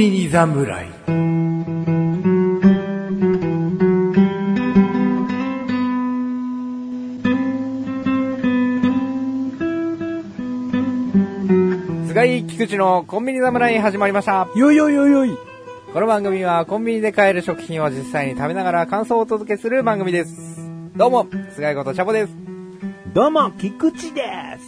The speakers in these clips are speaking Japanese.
侍菅井菊池のコンビニ侍始まりました。よいよいよいよいこの番組はコンビニで買える食品を実際に食べながら感想をお届けする番組です。どうも、菅井ことチャボです。どうも、菊池です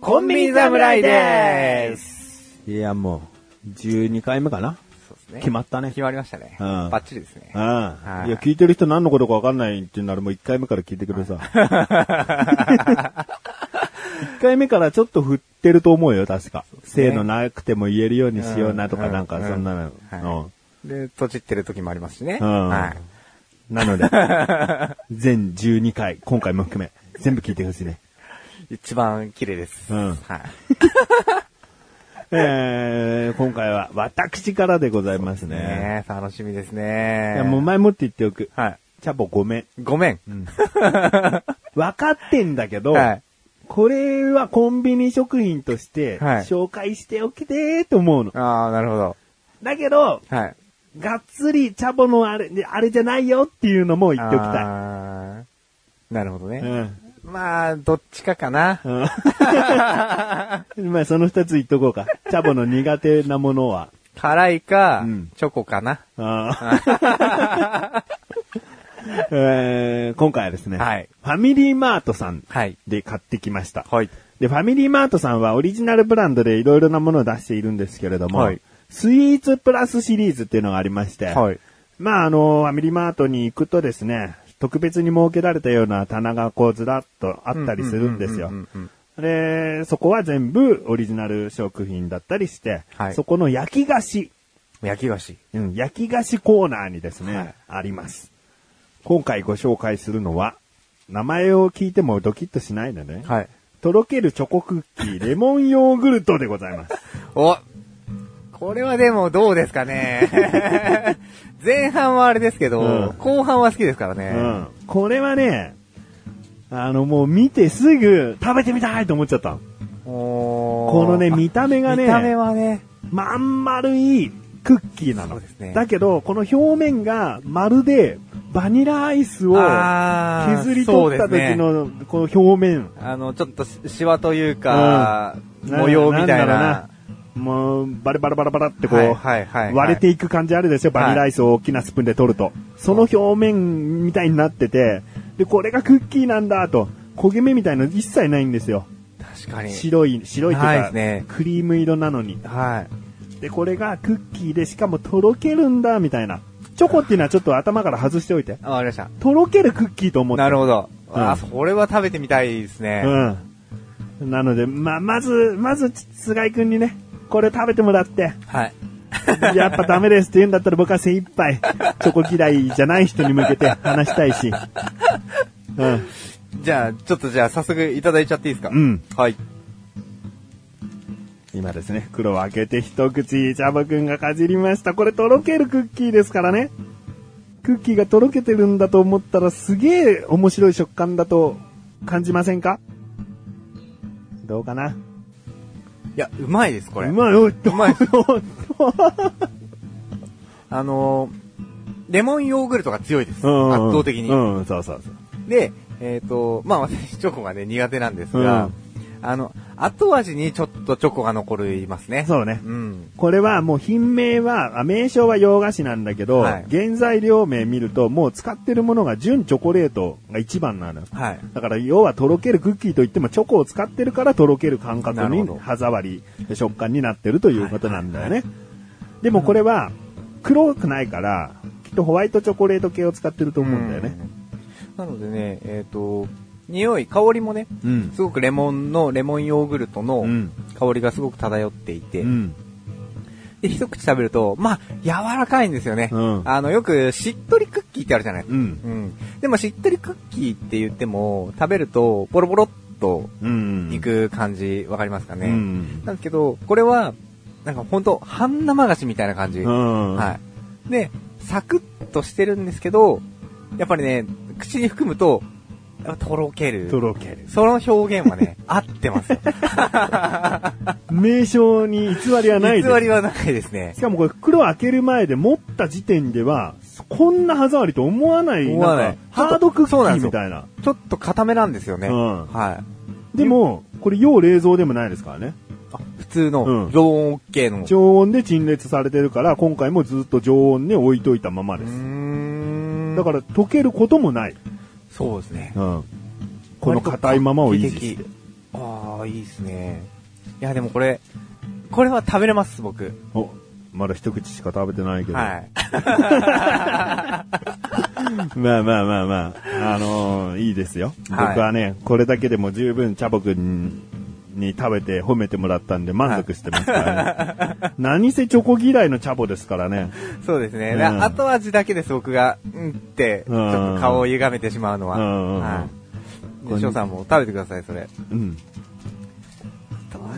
コンビニ侍です。いや、もう、12回目かなそうですね。決まったね決まりましたね。うんバッチリですねうん。い。やい、聞いてる人何のことか分かんないっていうならもう1回目から聞いてください。1回目からちょっと振ってると思うよ、確か。性のなくても言えるようにしようなとか、うんなんかそんなの。うんうんで、閉じってる時もありますしね。うんはい。なので、全12回、今回も含め、全部聞いてほしいね。一番綺麗です。うはんい。えー、今回は私からでございますね。ねえ楽しみですね。いや、もう前もって言っておく。はい。チャボごめん。ごめん。 分かってんだけど、はいこれはコンビニ食品として、はい紹介しておきてーと思うの。ああ、なるほど。だけど、はい。がっつりチャボのあれ、あれじゃないよっていうのも言っておきたたい。なるほどい。ね。うん。まあ、どっちかかな。うん。まあ、 その二つ言っとこうか。チャボの苦手なものは。辛いか、うんチョコかな。あー えー今回はですね、はいファミリーマートさんはい。で買ってきました。はい。で、ファミリーマートさんはオリジナルブランドでいろいろなものを出しているんですけれども、はいスイーツプラスシリーズっていうのがありまして、はい。まあ、あの、ファミリーマートに行くとですね、特別に設けられたような棚がこうずらっとあったりするんですよう。んうんで、そこは全部オリジナル食品だったりして、はいそこの焼き菓子、焼き菓子。うん、焼き菓子コーナーにですね、はいあります。今回ご紹介するのは、名前を聞いてもドキッとしないでね。はい。とろけるチョコクッキ ー、レモンヨーグルトでございます。おこれはでもどうですかね。 前半はあれですけど、うん後半は好きですからうね。ん。これはね、あのもう見てすぐ食べてみたいと思っちゃったの。ここのね、見た目がね、見た目はね、まん丸いクッキーなの。そうですねだけど、この表面がまるでバニラアイスをあー削り取った時のこの表面。あの、ちょっとしシワというか、うん模様みたいな。なんだろうなもう、バラバラバラバラってこう、はいはいはいはい割れていく感じあるですよ。バニラアイスを大きなスプーンで取ると。その表面みたいになってて、で、これがクッキーなんだと、焦げ目みたいの一切ないんですよ。確かに。白い、白いとないいでうか、すねクリーム色なのに。はい。で、これがクッキーでしかもとろけるんだ、みたいな。チョコっていうのはちょっと頭から外しておいて。あわかりました。とろけるクッキーと思って。なるほど。あ、うんそれは食べてみたいですね。うん。なので、ま、まず、まず、菅井くんにね、これ食べてもらって、はい。 やっぱダメですって言うんだったら僕は精一杯、チョコ嫌いじゃない人に向けて話したいし。うん。じゃあ、ちょっとじゃあ早速いただいちゃっていいですかうん。はい。今ですね、袋を開けて一口、ジャバくんがかじりました。これとろけるクッキーですからね。クッキーがとろけてるんだと思ったらすげえ面白い食感だと感じませんかどうかないや、うまいです、こうれ。まい、おい、うまいうあのー、レモンヨーグルトが強いです。ん圧倒的に。うん、そうそうそう。で、えっ、と、まあ私チョコがね、苦手なんですが、うんあの、後味にちょっとチョコが残りますね。そうね。うん。これはもう品名は、あ名称は洋菓子なんだけど、はい原材料名見るともう使ってるものが純チョコレートが一番なの。はい。だから要はとろけるクッキーといってもチョコを使ってるからとろける感覚なるほにど歯触り、食感になってるということなんだよね。でもこれは黒くないからきっとホワイトチョコレート系を使ってると思うんだよね。うん。なのでね、えっ、と、匂い、香りもね、うん。すごくレモンの、レモンヨーグルトのうん香りがすごく漂っていて、うん。で、一口食べると、まあ、柔らかいんですよね。うんあの、よくしっとりクッキーってあるじゃないうん。うん。でもしっとりクッキーって言っても、食べると、ボロボロっとうん。いく感じ、わかりますかうね、ん。なんですけど、これは、なんかほんと、半生菓子みたいな感じ。うん。はい。で、サクッとしてるんですけど、やっぱりね、口に含むと、あとろける。とろける。その表現は ね、合ってますよ。名称に偽りはないです。偽りはないですねし。かもこれ袋開ける前で持った時点では、こんな歯触りと思わない、思わないんかハードクッキそうなんでーすよみたいな。ちょっと固めなんですよね。うんはい。でも、これ要冷蔵でもないですからね。あ普通うのん常温 OK の。う常温で陳列されてるから、今回もずっと常温で置いといたままでーす。ん。だから溶けることもない。そうですね。うん。この硬いままを維持割してと。画期的。ああ、いいですね。いや、でもこれ、これは食べれます、僕。お、まだ一口しか食べてないけど。はい。 まあまあまあまあ、あのーいいですよ。僕はいはね、これだけでも十分チャボくんに食べて褒めてもらったんで満足してますから ね。何せチョコ嫌いのチャボですからね。そうですね。うんな後味だけです、僕が、うんって、ちうんょっと顔を歪めてしまうのは。うんはい。こんで、翔さんも食べてください、それ。うん。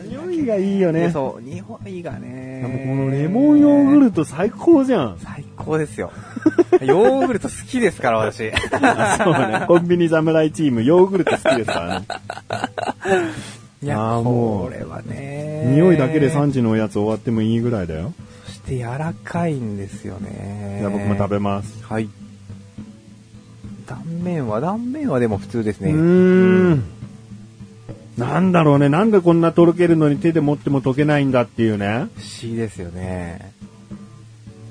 匂いがいいよでね。そう、日本がでもね。このレモンヨーグルト最高じゃん。最高ですよ。 ヨーグルト好きですから、 私。あそうね。 コンビニ侍チーム、ヨーグルト好きですからね。いや、あーもうこれはね。匂いだけで3時のおやつ終わってもいいぐらいだよ。そして柔らかいんですよね。じゃあ僕も食べます。はい。断面は、断面はでも普通ですね。うーん。なんだろうね。なんでこんなとろけるのに手で持っても溶けないんだっていうね。不思議ですよね。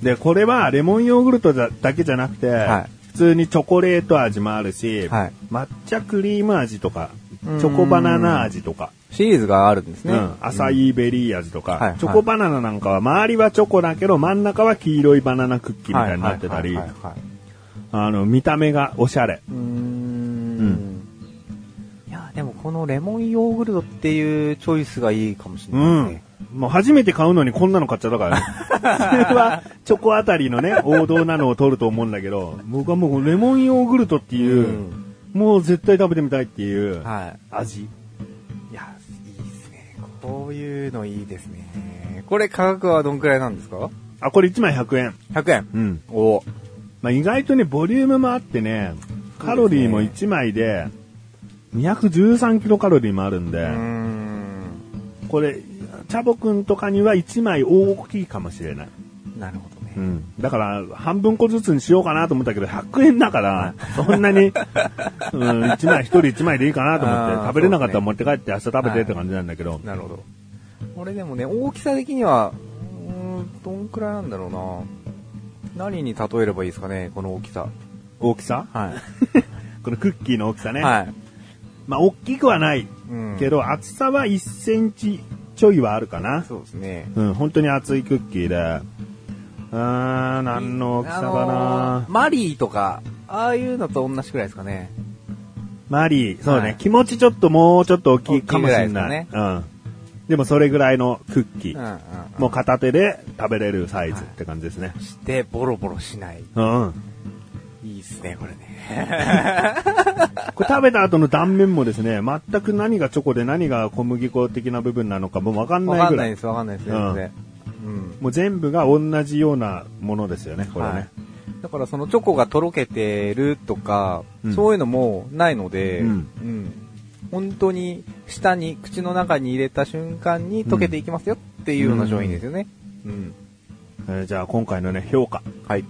で、これはレモンヨーグルトだだけじゃなくて、はい普通にチョコレート味もあるし、はい抹茶クリーム味とか、チうーんョコバナナ味とか、シリーズがあるんですね。うん、アサイーベリー味とか、うんはいチョコバナナなんかは周りはチョコだけど真ん中は黄色いバナナクッキーみたいになってたりはい、はいはいはいはいあの、見た目がおしゃれ。うーん。いや、でもこのレモンヨーグルトっていうチョイスがいいかもしれうないですんね。。もう初めて買うのにこんなの買っちゃったからね。普通はチョコあたり のね、王道なのを取ると思うんだけど、僕はもうレモンヨーグルトっていう、うんもう絶対食べてみたいっていうは味。い。いや、いいですね。こういうのいいですね。これ価格はどんくらいなんですかあ、これ1枚100円。 ?100 円。うん。おまあ、意外とね、ボリュームもあってね、カロリーも1枚で、213キロカロリーもあるんで、うーん。これ、チャボくんとかには1枚大きいかもしれない。なるほどね。うんだから、半分個ずつにしようかなと思ったけど、100円だから、そんな に、うん、1枚、1人1枚でいいかなと思っあーて、食べれなかったらそ持って帰って明日食べてって感じなんだけど、なるほど。これでもね、大きさ的には、うーん、どんくらいなんだろうな。何に例えればいいですかね、この大きさ。大きさはこのクッキーの大きさい。ね。はい。まあ、大きくはないうんけど、厚さは1センチちょいはあるかな。そうですね。うん、本当に厚いクッキーで。あー、何の大きさかあのなーマリーとか、ああいうのと同じくらいですかね。マリー、そうはねい、気持ちちょっともうちょっと大きいかもしれ大きいぐらないいで。うん。でもそれぐらいのクッキうーんう。ん、うもう片手で食べれるサイズって感じですね。ん。して、ボロボロしない。うん。いいっすね、これね。これ食べた後の断面もですね、全く何がチョコで何が小麦粉的な部分なのかもうわかんわないかぐんらないい。です、わかんないですね、うん全然うん。もう全部が同じようなものですよね、これね。はいだからそのチョコがとろけてるとか、うんそういうのもないので、うんうん本当に舌に、口の中に入れた瞬間に溶けていきますよっていうような商品ですよね。うん。えーじゃあ今回のね、評価。はい。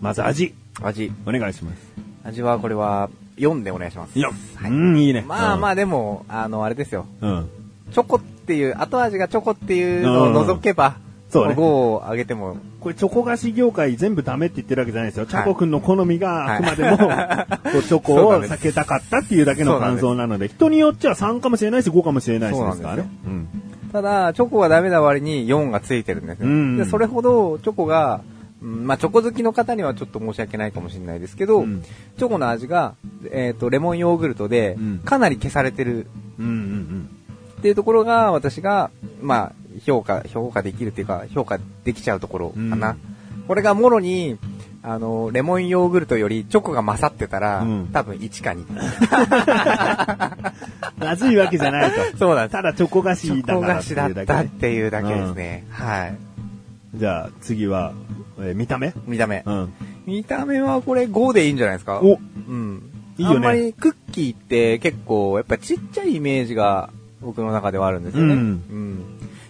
まず味、味。お願いします。味はこれは4でお願いします。よはいうん、いいね。まあまあ。あでも、あの、あれですよ。うん。チョコっていう、後味がチョコっていうのを除けば、そうね5を上げても、これチョコ菓子業界全部ダメって言ってるわけじゃないですよ。いチャコくんの好みがあくま でも、こうチョコそうなんをです避けたかったっていうだけの感想なので、人によっちゃ3かもしれないし5かもしれないしですからね。うん。ただ、チョコがダメな割に4がついてるんですね。うんで、それほどチョコが、うんまあ、チョコ好きの方にはちょっと申し訳ないかもしれないですけど、うんチョコの味が、えっ、と、レモンヨーグルトでうん、かなり消されてるうんうんうん。っていうところが、私が、まあ、評価、評価できるっていうか、評価できちゃうところかな。うんこれがもろに、あの、レモンヨーグルトよりチョコが勝ってたら、うん多分1か2。まずいわけじゃない と。そうなんですただチョコ菓チ子ョだコから菓って子だいうっだたけっで。ていうだけですね。はい。じゃあ次は、えー見た目見た目う。ん。見た目はこれ5でいいんじゃないですかおうん。いいよねあんまりクッキーって結構、やっぱちっちゃいイメージが僕の中ではあるんですよね。うんうん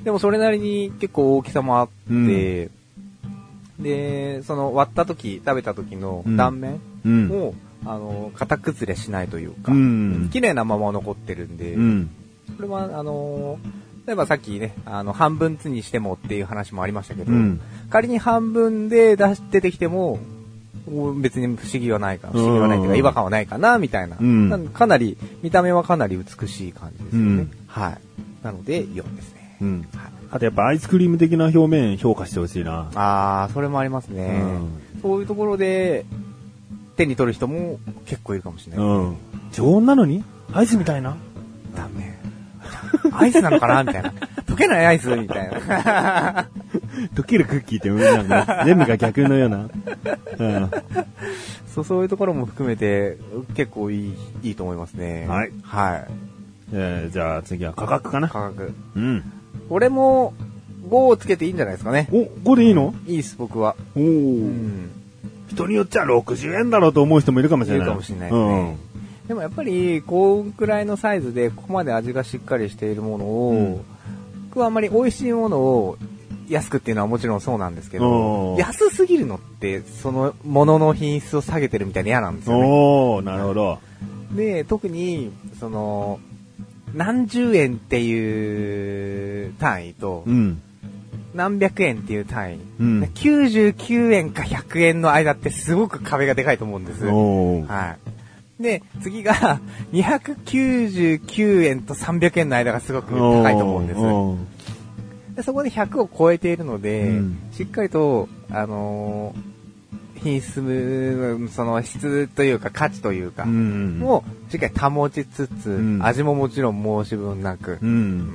でもそれなりに結構大きさもあって、で、その割った時、食べた時のうん断面うん。も、あの、型崩れしないというか、うん綺麗なまま残ってるんで、うん。これは、あのー例えばさっきね、あの、半分つにしてもっていう話もありましたけど、うん仮に半分で出し出てきても、お別に不思議はないかな、不うん思議はないというか、違和感はないかな、みたいな。うんなんかなり、見た目はかなり美しい感じですよね。うんはい。なので、4ですね。うん。はい、あとやっぱアイスクリーム的な表面評価してほしいな。あー、それもありますね。うそういうところで、手に取る人も結構いるかもしれうない。ん。常温なのにアイスみたいなダメ。アイスなのかなみたいな。溶けないアイスみたいな。溶けるクッキーってなん か全部が逆のような。うん。そう、そういうところも含めて、結構いい、いいと思いますね。はい。はい。えーじゃあ次は価格かな。価格。うん。俺も、5をつけていいんじゃないですかね。お、これいいのいいです、僕は。おお、うん。人によっちゃ60円だろうと思う人もいるかもしれないい。るかもしれないですねでもやっぱり、こんくらいのサイズで、ここまで味がしっかりしているものを、うん僕はあんまり美味しいものを、安くっていうのはもちろんそうなんですけおど、ー安すぎるのって、そのものの品質を下げてるみたいで嫌なんですうん。よね。おおなるほど。で、特に、その、何十円っていう単位と、うん。何百円っていう単位、うん99円か100円の間ってすごく壁がでかいと思うんです。はおーい。で、次が、299円と300円の間がすごく高いと思うんです。おーでそこで100を超えているので、うんしっかりと、あのー品質、その質というか価値というか、うん。もうしっかり保ちつつ、ん味ももちろん申し分なく、うん。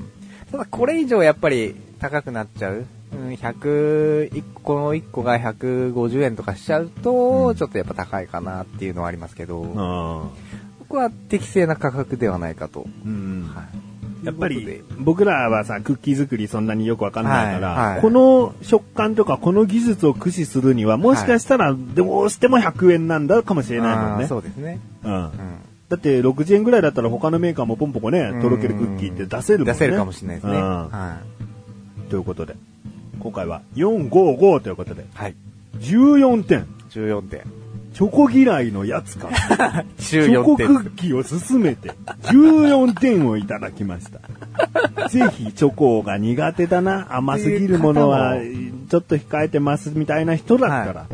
ただこれ以上やっぱり高くなっちゃう。うん、100、1個の1個が150円とかしちゃううと、んちょっとやっぱ高いかなっていうのはありますけど、あ僕は適正な価格ではないかと。ーうん。はいやっぱというりこ僕らはさ、クッキー作りそんなによくわかんないから、はいはいこの食感とかこの技術を駆使するには、もしかしたらどうしても100円なんだかもしとれでないもんあーね。そうですね。うんう、んだって60円ぐらいだったら他のメーカーもポンポコね、とろけるクッキーって出せるもんね。出せるかもしれないですね。うんはいということで、今回は455ということで、はい。 14点。 14点。チョコ嫌いのやつからチョコ14ク点。ッキーを勧めて、14点をいただきまし た。ぜひ、チョコが苦手だな、甘すぎるものは、ってちょっと控えてますみたいな人だったら、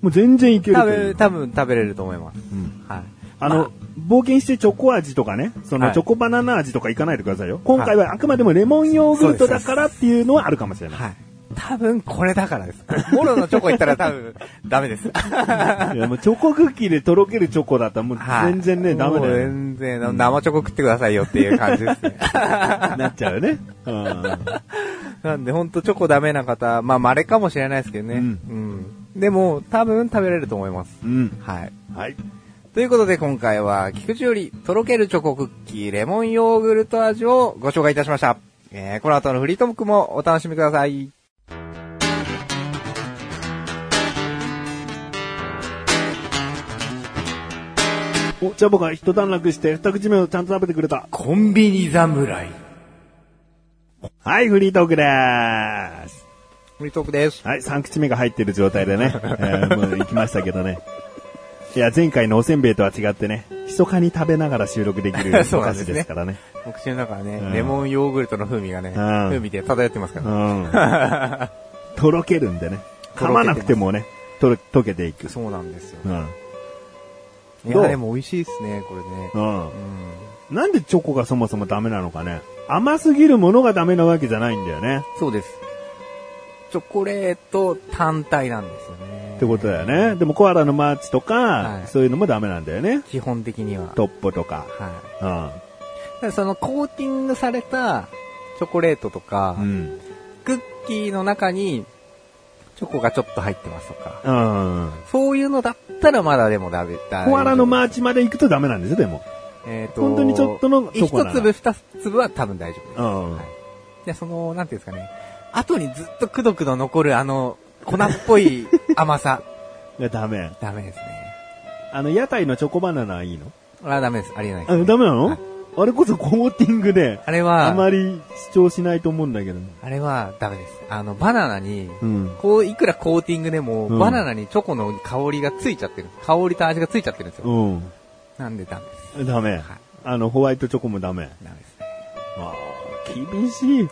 もう全然いける多という分、多分食べれると思います。うんはい。あの、冒険してチョコ味とかね、そはのいチョコバナナ味とかいかないでくださいよ。今回はあくまでもレモンヨーグルトだからっていうのはあるかもしれない。はい。多分これだから です。モロのチョコ行ったら多分ダメです。いやもうチョコクッキーでとろけるチョコだったらもうはい全然ね、ダメ だもうよ、全然、生チョコ食ってくださいよっていう感じです ね。なっちゃうよね。うんなんで、ほんとチョコダメな方、まあ、稀かもしれないですけどね。ううんん。でも、多分食べれると思います。うん。はい。はい。ということで、今回は、菊池より、とろけるチョコクッキー、レモンヨーグルト味をご紹介いたしました。えー、この後のフリートークもお楽しみください。お、チャボが一段落して二口目をちゃんと食べてくれた。コンビニ侍。はい、フリートークでーす。フリートークです。はい、三口目が入ってる状態で ね、えーもう行きましたけどね。いや、前回のおせんべいとは違ってね、密かに食べながら収録できる そおうな菓んで子すねですからね。お口の中はね、うんレモンヨーグルトの風味がね、ん風味で漂ってますから。うん。とろけるんで ね。噛まなくてもね、とろ、溶けていく。そうなんですよ。うん。いどうや、でも美味しいですね、これね。うんう。ん。なんでチョコがそもそもダメなのかね。甘すぎるものがダメなわけじゃないんだよね。そうです。チョコレート単体なんですよね。ってことだよね。でもコアラのマーチとか、はいそういうのもダメなんだよね。基本的には。トッポとか。はうん。い。ただそのコーティングされたチョコレートとか、うん。クッキーの中にチョコがちょっと入ってますとか、うん。そういうのだったらまだでもダメだ。コアラのマーチまで行くとダメなんですよ、でも。えっ、と、本当にちょっとのチョ一コなら粒二粒は多分大丈夫です。うんはい。で、その、なんていうんですかね、後にずっとくどくど残るあの、粉っぽい甘さ、いや、ダメ。ダメですね。あの、屋台のチョコバナナはいいのあ、ダメです。ありえないであす。ダメなの、はいあれこそコーティングで、あれあは、まり主張しないと思うんだけど。あれはダメです。あの、バナナに、うん。こう、いくらコーティングでも、うんバナナにチョコの香りがついちゃってる。香りと味がついちゃってるんですよ。うん。なんでダメです。ダメ。はいあの、ホワイトチョコもダメ。ダメですね。あー厳しい。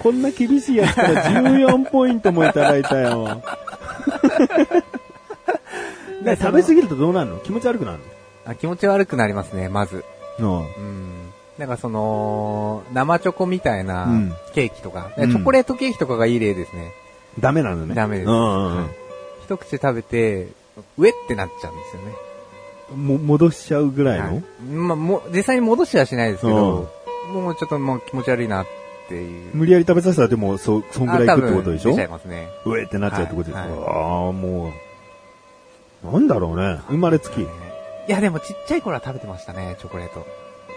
こんな厳しいやつから14ポイントもいただいたよ。 で食べ過ぎるとどうなるの気持ち悪くなるあ気持ち悪くなりますね、まず。のうん。なんかその、生チョコみたいなうんケーキとか、うんチョコレートケーキとかがいい例ですね。ダメなのね。ダメです。うんうんうんはい一口食べて、うえってなっちゃうんですよね。も、戻しちゃうぐらいの、はいまあ、もう、実際に戻しはしないですけど、もうちょっともう気持ち悪いなっていう。無理やり食べさせたらでも、そ、そんぐらいいくってことでしあ多分出ょちゃいますね。うえってなっちゃうってことでしょ、はいはいああ、もう、なんだろうね。生まれつき、いや、でもちっちゃい頃は食べてましたね、チョコレート。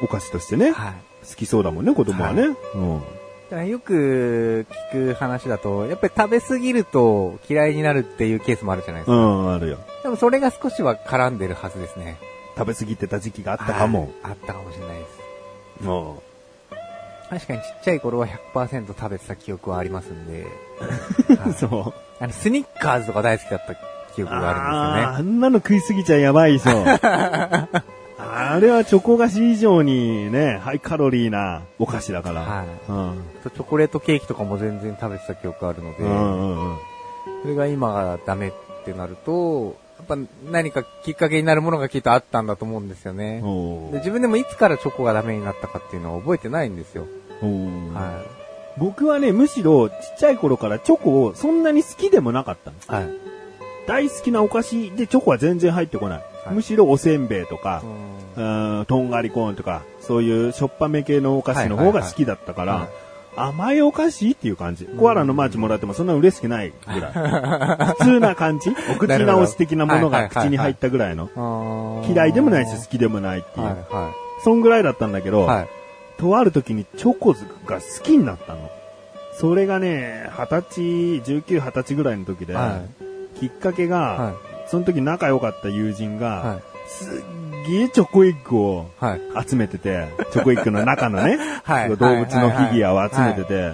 お菓子としてね、好はい。きそうだもんね、子供はね。うん。だからよく聞く話だと、やっぱり食べ過ぎると嫌いになるっていうケースもあるじゃないですうか。ん、あるよ。でもそれが少しは絡んでるはずですね。食べ過ぎてた時期がああったかも。。あったかもしれないです。うん。確かにちっちゃい頃は100%食べてた記憶はありますん で。はいそう。あの、スニッカーズとか大好きだった記憶があるんですよーね。あんなの食いすぎちゃやばい でしょ。あれはチョコ菓子以上にね、ハイカロリーなお菓子だから。はいうん。とチョコレートケーキとかも全然食べてた記憶あるので、うんうんうん。それが今がダメってなると、やっぱ何かきっかけになるものがきっとあったんだと思うんですよね。おでー自分でもいつからチョコがダメになったかっていうのは覚えてないんですよ。おーは僕はね、むしろちっちゃい頃からチョコをそんなに好きでもなかったのい。はい。大好きなお菓子でチョコは全然入ってこない。はいむしろおせんべいとかう、んうん、とんがりコーンとか、そういうしょっぱめ系のお菓子の方が好きだったから、はいはい甘いお菓子っていう感じ。コアラのマーチもらってもそんな嬉しくないぐ らい。普通な感じお口直し的なものが口に入ったぐらいの。嫌いでもないし好きでもないっていう。はいはそんぐらいだったんだけど、い。はい。とある時にチョコが好きになったの。それがね、二十歳、19、二十歳ぐらいの時で、はきっかけが、はいその時仲良かった友人が、はいすっげえチョコエッグをはい。集めてて、チョコエッグの中のね、 はい動物のフィギュアを集めてて、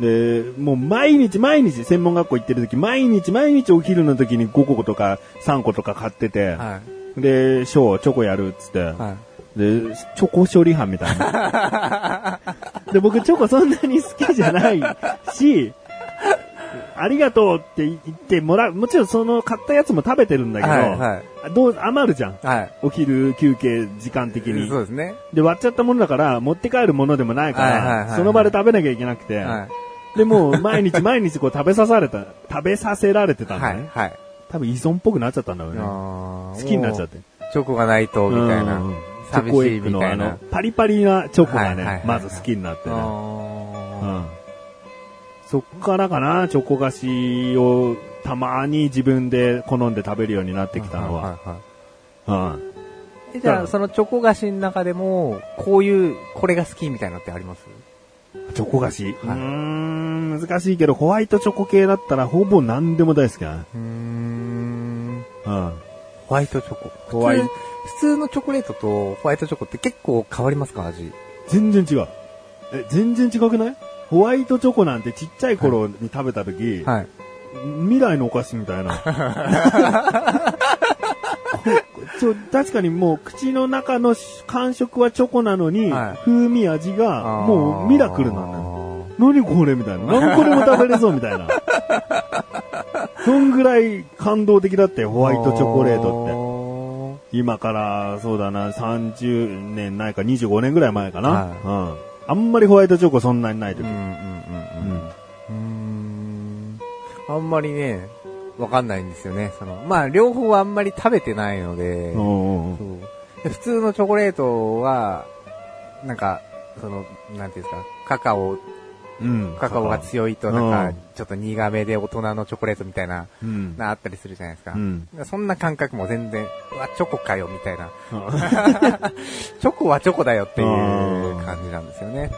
で、もう毎日毎日、専門学校行ってる時、毎日毎日お昼の時に5個とか3個とか買ってて、はい。で、ショー、チョコやるっつって、はい。で、チョコ処理班みたいな。で、僕チョコそんなに好きじゃないし、ありがとうって言ってもらう。もちろんその買ったやつも食べてるんだけど、はいはいどう余るじゃん。はい。お昼休憩時間的にそう。ですね。で、割っちゃったものだから、持って帰るものでもないから、はいはいはいはいその場で食べなきゃいけなくて、はで、もう毎日毎日こう食べさされた、食べさせられてい。たんだはね。い。はい。多分依存っぽくなっちゃったんだろうね。好好きになっちゃって。。チョコがないと、みたいなうん。寂しい、みたいのなあの。、パリパリなチョコはがね、いはいはいまず好きになってね。うあん。そっからかな、チョコ菓子をたまに自分で好んで食べるようになっーてきたのは。。いいいうん。えじゃあ、そのチョコ菓子の中でも、こういう、これが好きみたいなのってありますチョコ菓子、うーん、難しいけど、ホワイトチョコ系だったらほぼ何でも大好きだね。うーん。うん。ホワイトチョコ。ホワイ普通普通のチョコレートとホワイトチョコって結構変わりますか味。全然違う。え、全然違くないホワイトチョコなんてちっちゃい頃に食べた時、はい。未来のお菓子みた いな。ちょ確かにもう口の中の感触はチョコなのに、はい風味味がもうミラクルなんだよ。よ。何これみたいな。何個でも食べれそうみたいな。そんぐらい感動的だったよ、ホホワイトチョコレートって。トっ今から、そうだな、30年ないか25年ぐらい前かな。はいうん。あんまりホワイトチョコそんなにない時。うんうんうんうんうん。うーん。あんまりね、わかんないんですよね。その、まあ、両方はあんまり食べてないので、うんうんうんそうで普通のチョコレートは、なんか、その、なんていうんですか、カカオ、うんカカオが強いと、なうんんか、ちょっと苦めで大人のチョコレートみたいな、うんなあったりするじゃないですか。うんそんな感覚も全然、うわ、チョコかよ、みたいな。うんチョコはチョコだよっていうあー感じなんですよね。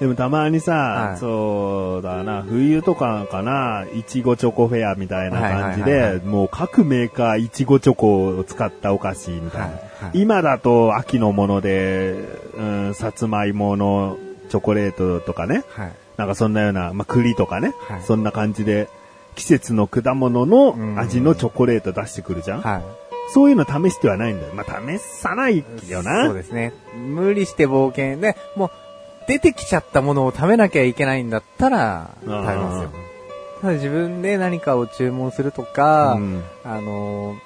でもたまにさ、はいそうだな、冬とかかな、いちごチョコフェアみたいな感じはいはいはいで、もう各メーカーいちごチョコを使ったお菓子みたいな。はいはい今だと秋のもので、うん、さつまいものチョコレートとかね、はい。なんかそんなような、まあ、栗とかね、はいそんな感じで、季節の果物の味のチョコレート出してくるじゃん、はそういうの試してはないんだよ。まあ、試さないい。よな。そうですね。無理して冒険で、もう、出てきちゃったものを食べなきゃいけないんだったら、食べますよ。ただ自分で何かを注文するとか、うんあのー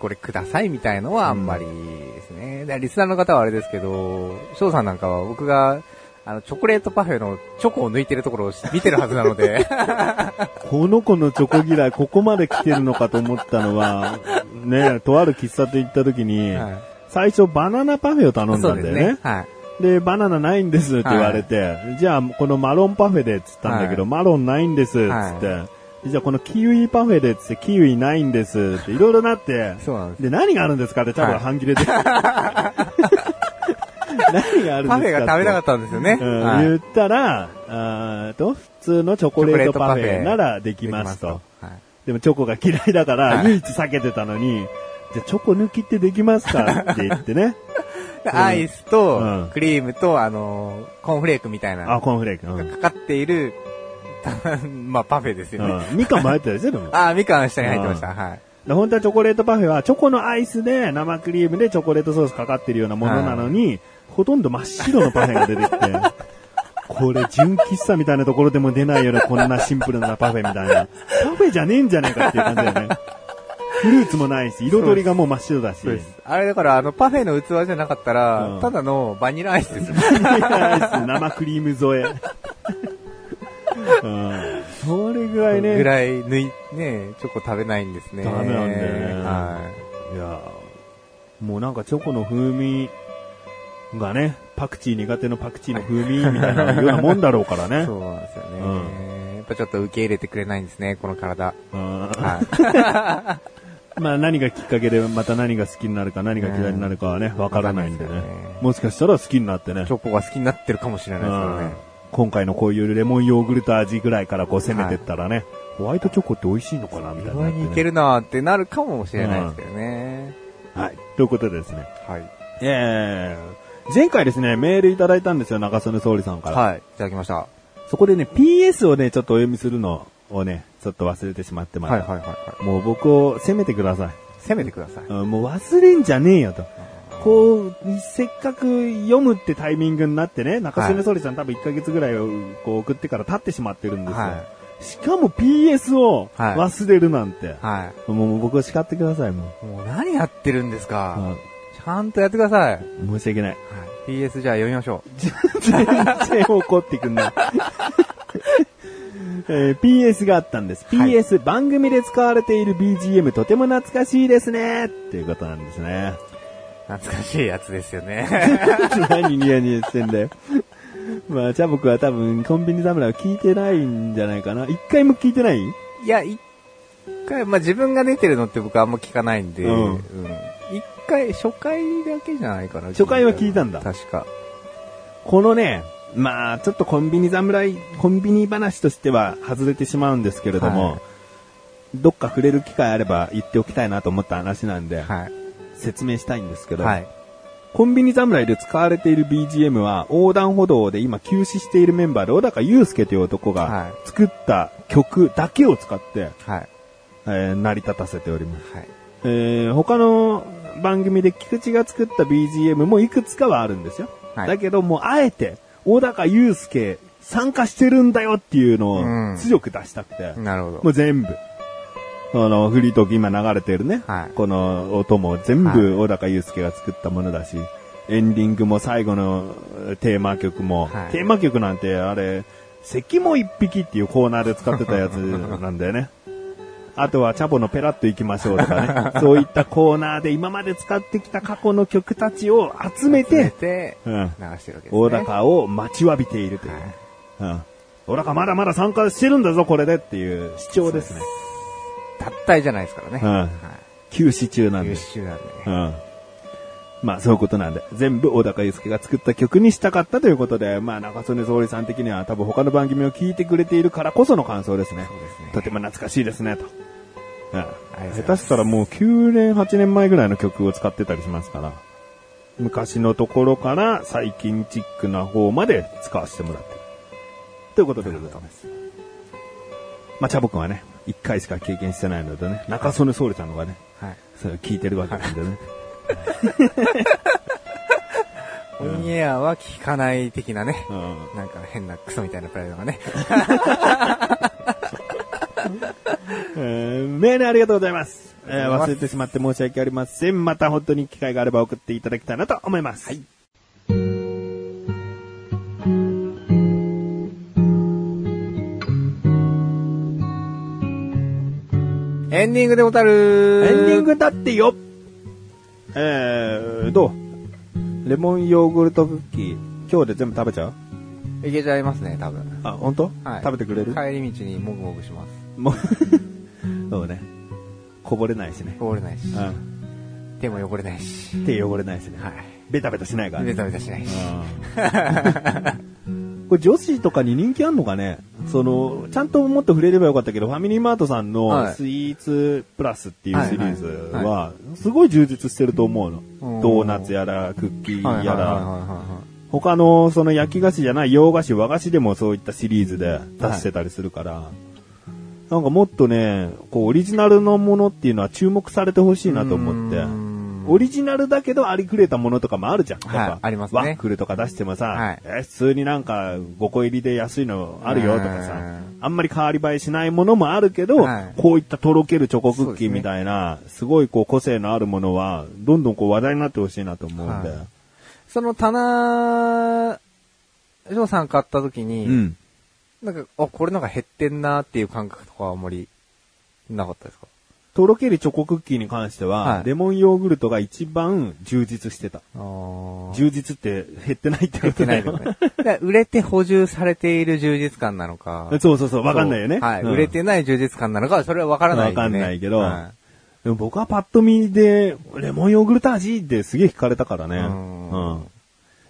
これくださいみたいのはあんまりですね。でリスナーの方はあれですけど、翔さんなんかは僕が、あの、チョコレートパフェのチョコを抜いてるところを 見てるはずなので、この子のチョコ嫌い、ここまで来てるのかと思ったのは、ね、とある喫茶店行った時に、は最初バナナパフェを頼んだそうんでだすよね。でね。はい。バナナないんですって言われて、じゃあこのマロンパフェでっつったんだけど、マロンないんですっつって、じゃあこのキウイパフェでっつってキウイないんですっていろいろなって、そうなんです。で、何があるんですかって多は分い半切れで。 何があるんですかってパフェが食べたかったんですよね。うんはい言ったら、あーと、普通のチョコレートパフェならできますと。。はいでもチョコが嫌いだから、はい唯一避けてたのに、じゃあチョコ抜きってできますかって言ってね。でアイスと、うんクリームと、あのーコーンフレークみたいあ、な、コーンフレーク。うがん。かかっている、たまあ、パフェですよね。うん、みかんも入ってたでしょ、でも。ああ、みかん下に入ってました。はい。で本当はチョコレートパフェは、チョコのアイスで生クリームでチョコレートソースかかってるようなものなのに、ほとんど真っ白のパフェが出 てきて、これ純喫茶みたいなところでも出ないようなこんなシンプルなパフェみたいな。パフェじゃねえんじゃねえかっていう感じだよね。フルーツもないし、彩りがもう真っ白だし。そうです。あれだから、あの、パフェの器じゃなかったら、うんただのバニラアイス ですよ。 アイス生クリーム添え。うんそれぐらいね。ぐらい、ぬい、ね、チョコ食べないんですね。ダメなんだよねはいやーもうなんかチョコの風味がね、パクチー苦手のパクチーの風味みたいなようなもんだろうからい。ね そ。うなんですよね、うやっぱちょっと受け入れてくれないんですね、この 体。うんはい。まあ何がきっかけでまた何が好きになるか何が嫌いになるかはね、わからないんでわかんないですよねね。もしかしたら好きになってねチ。ョコが好きになってるかもしれないですからね。今回のこういうレモンヨーグルト味ぐらいからこう攻めてったらね、ホワイトチョコって美味しいのかなみ意たいになっ外てにいねけるなーってなるかもしれないですけどね。はい。ということでですね。はい。えー、前回ですね、メールいただいたんですよ、中曽根総理さんから。はい。いただきました。はそこでね、PS をね、ちょっとお読みするのをね、ちょっと忘れてしまっていまはいす。はいはい。もう僕を責めてください。攻めてください。うんもう忘れんじゃねえよと。こう、せっかく読むってタイミングになってね、中曽根総理さん多分1ヶ月ぐらいをこう送ってから経ってしまってるんですよ。はしかも PS をはい忘れるなんて。い。はもう僕を叱ってください、もう。い。もう何やってるんですか、うちゃんとやってください。はい。ん申し訳ない。 PS じゃあ読みましょう。全然怒ってくんない。 えー PS があったんです。はい PS、番組で使われている BGM とても懐かしいですねっていうことなんですね。 懐かしいやつですよね。 何ニヤニヤしてんだよ。まあ、チャボくは多分コンビニ侍を聞いてないんじゃないかな。一回も聞いてないいや、一回、まあ、自分が出てるのって僕あんま聞かないんで、ううんん。一回、初回だけじゃないかな。初回は聞いたんだ確か。このね、まあ、ちょっとコンビニ侍、コンビニ話としては外れてしまうんですけれども、はいどっか触れる機会あれば言っておきたいなと思った話なんで、はい。説明したいんですけど、はい。コンビニ侍で使われている BGM は横断歩道で今休止しているメンバーで小高祐介という男はがい作った曲だけを使って、はい。えー成り立たせております。はい。えー他の番組で菊池が作った BGM もいくつかはあるんですよ。はいだけどもうあえて小高祐介参加してるんだよっていうのうをん強く出したくて、なるほど。もう全部。あの、フリートーク今流れてるね。はいこの音も全はい部小高祐介が作ったものだし、エンディングも最後のえーテーマ曲も、はいテーマ曲なんてあれ、関も一匹っていうコーナーで使ってた やつなんだよね。あとは、チャボのペラッと行きましょうと かね。そういったコーナーで今まで使ってきた過去の曲たちを集め出て、て、うん流してるわけですね。小高を待ちわびているという。はいうん。小高まだまだ参加してるんだぞ、これでっていう主張ですね。脱退じゃないですからね。うんは。休止中ないん優です。秀なんでね。うん。まあそういうことなんで、全部小高祐介が作った曲にしたかったということで、まあ中曽根総理さん的には多分他の番組を聞いてくれているからこその感想ですね。そうですねとても懐かしいですね、と。うんありがとうございます下手したらもう9年、8年前ぐらいの曲を使ってたりしますから、昔のところから最近チックな方まで使わせてもらってる。ということでございます。まあ、チャボくんはね、1回しか経験してないのでね、中曽根総理さんの方がね、はい。それを聞いてるわけなんでね。オンエアは聞かない的なね。うんなんか変なクソみたいなプライドがね。えーメールありがとうございます。えーありがとうございま忘すれてしまって申し訳ありません。また本当に機会があれば送っていただきたいなと思います。はい。エンディングでござるエンディングだってよえー、どうレモンヨーグルトクッキー、今日で全部食べちゃういけちゃいますね、多分。あ、本当？はい。食べてくれる、帰り道にもぐもぐします。もう そうね。こぼれないしね。汚れないし。う手も汚れないし。ん。手汚れないしね。はい。ベタベタしないから。ベタベタしないし。これ女子とかに人気あんのかねその、ちゃんともっと触れればよかったけど、ファミリーマートさんはのいスイーツプラスっていうシリーズはいはいは、すごい充実してると思ううんの。ドーナツやら、クッキーやはいはいはら、他のその焼き菓子じゃない洋菓子、和菓子でもそういったシリーズで出してたりするから、なんかもっとね、こうオリジナルのものっていうのは注目されてほしいなと思っうてー、んオリジナルだけどありくれたものとかもあるじゃん。はいやっぱありますねワッフルとか出してもさ、はいえ普通になんか5個入りで安いのあるよとかうさん、あんまり変わり映えしないものもあるけど、はいこういったとろけるチョコクそうッですキーねみたいな、すごいこう個性のあるものは、どんどんこう話題になってほしいなと思うんで。はいその棚、ジョーさん買った時に、うん。なんか、あ、これなんか減ってんなっていう感覚とかはあんまりなかったですかとろけるチョコクッキーに関しては、はいレモンヨーグルトが一番充実してた。あー充実って減ってないって減こってなとだいよけ どね。だから売れて補充されている充実感なのか。そうそうそう、わかんないよね。はい。うん売れてない充実感なのか、それはわからない、ね。わかんないけどはでも僕はパッと見で、レモンヨーグルト味ってすげえ惹かれたからね。ううんん。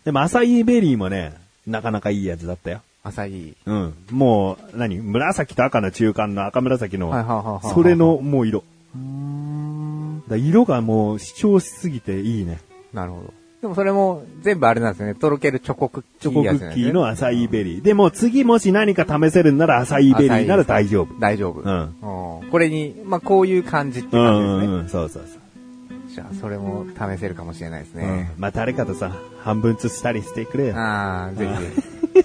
でも、アサイーベリーもね、なかなかいいやつだったよ。浅い。うん。もう、何紫と赤の中間の赤紫の、はいはいはいはいはいそれのもう色。うーん。だ色がもう主張しすぎていいね。なるほど。でもそれも全部あれなんですよね。とろけるチョコクッキチョコークやつなんでッすキねーのアサイーベリー。でも次もし何か試せるんならアサイーベリーなら大丈夫。大丈夫。うんうんこれに、まあ、こういう感じってういうん感じですうね。んうん、そうそうそう。じゃあ、それも試せるかもしれないですうんね。まあ誰かとさ、半分ずつしたりしてくれよ。ああ、ぜひぜ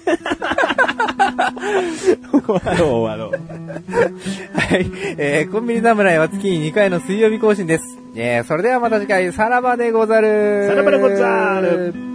終わろう終わろう。ひ。はい。えー、コンビニ侍は月に2回の水曜日更新です。えー、それではまた次回、さらばでござる。さらばでござる。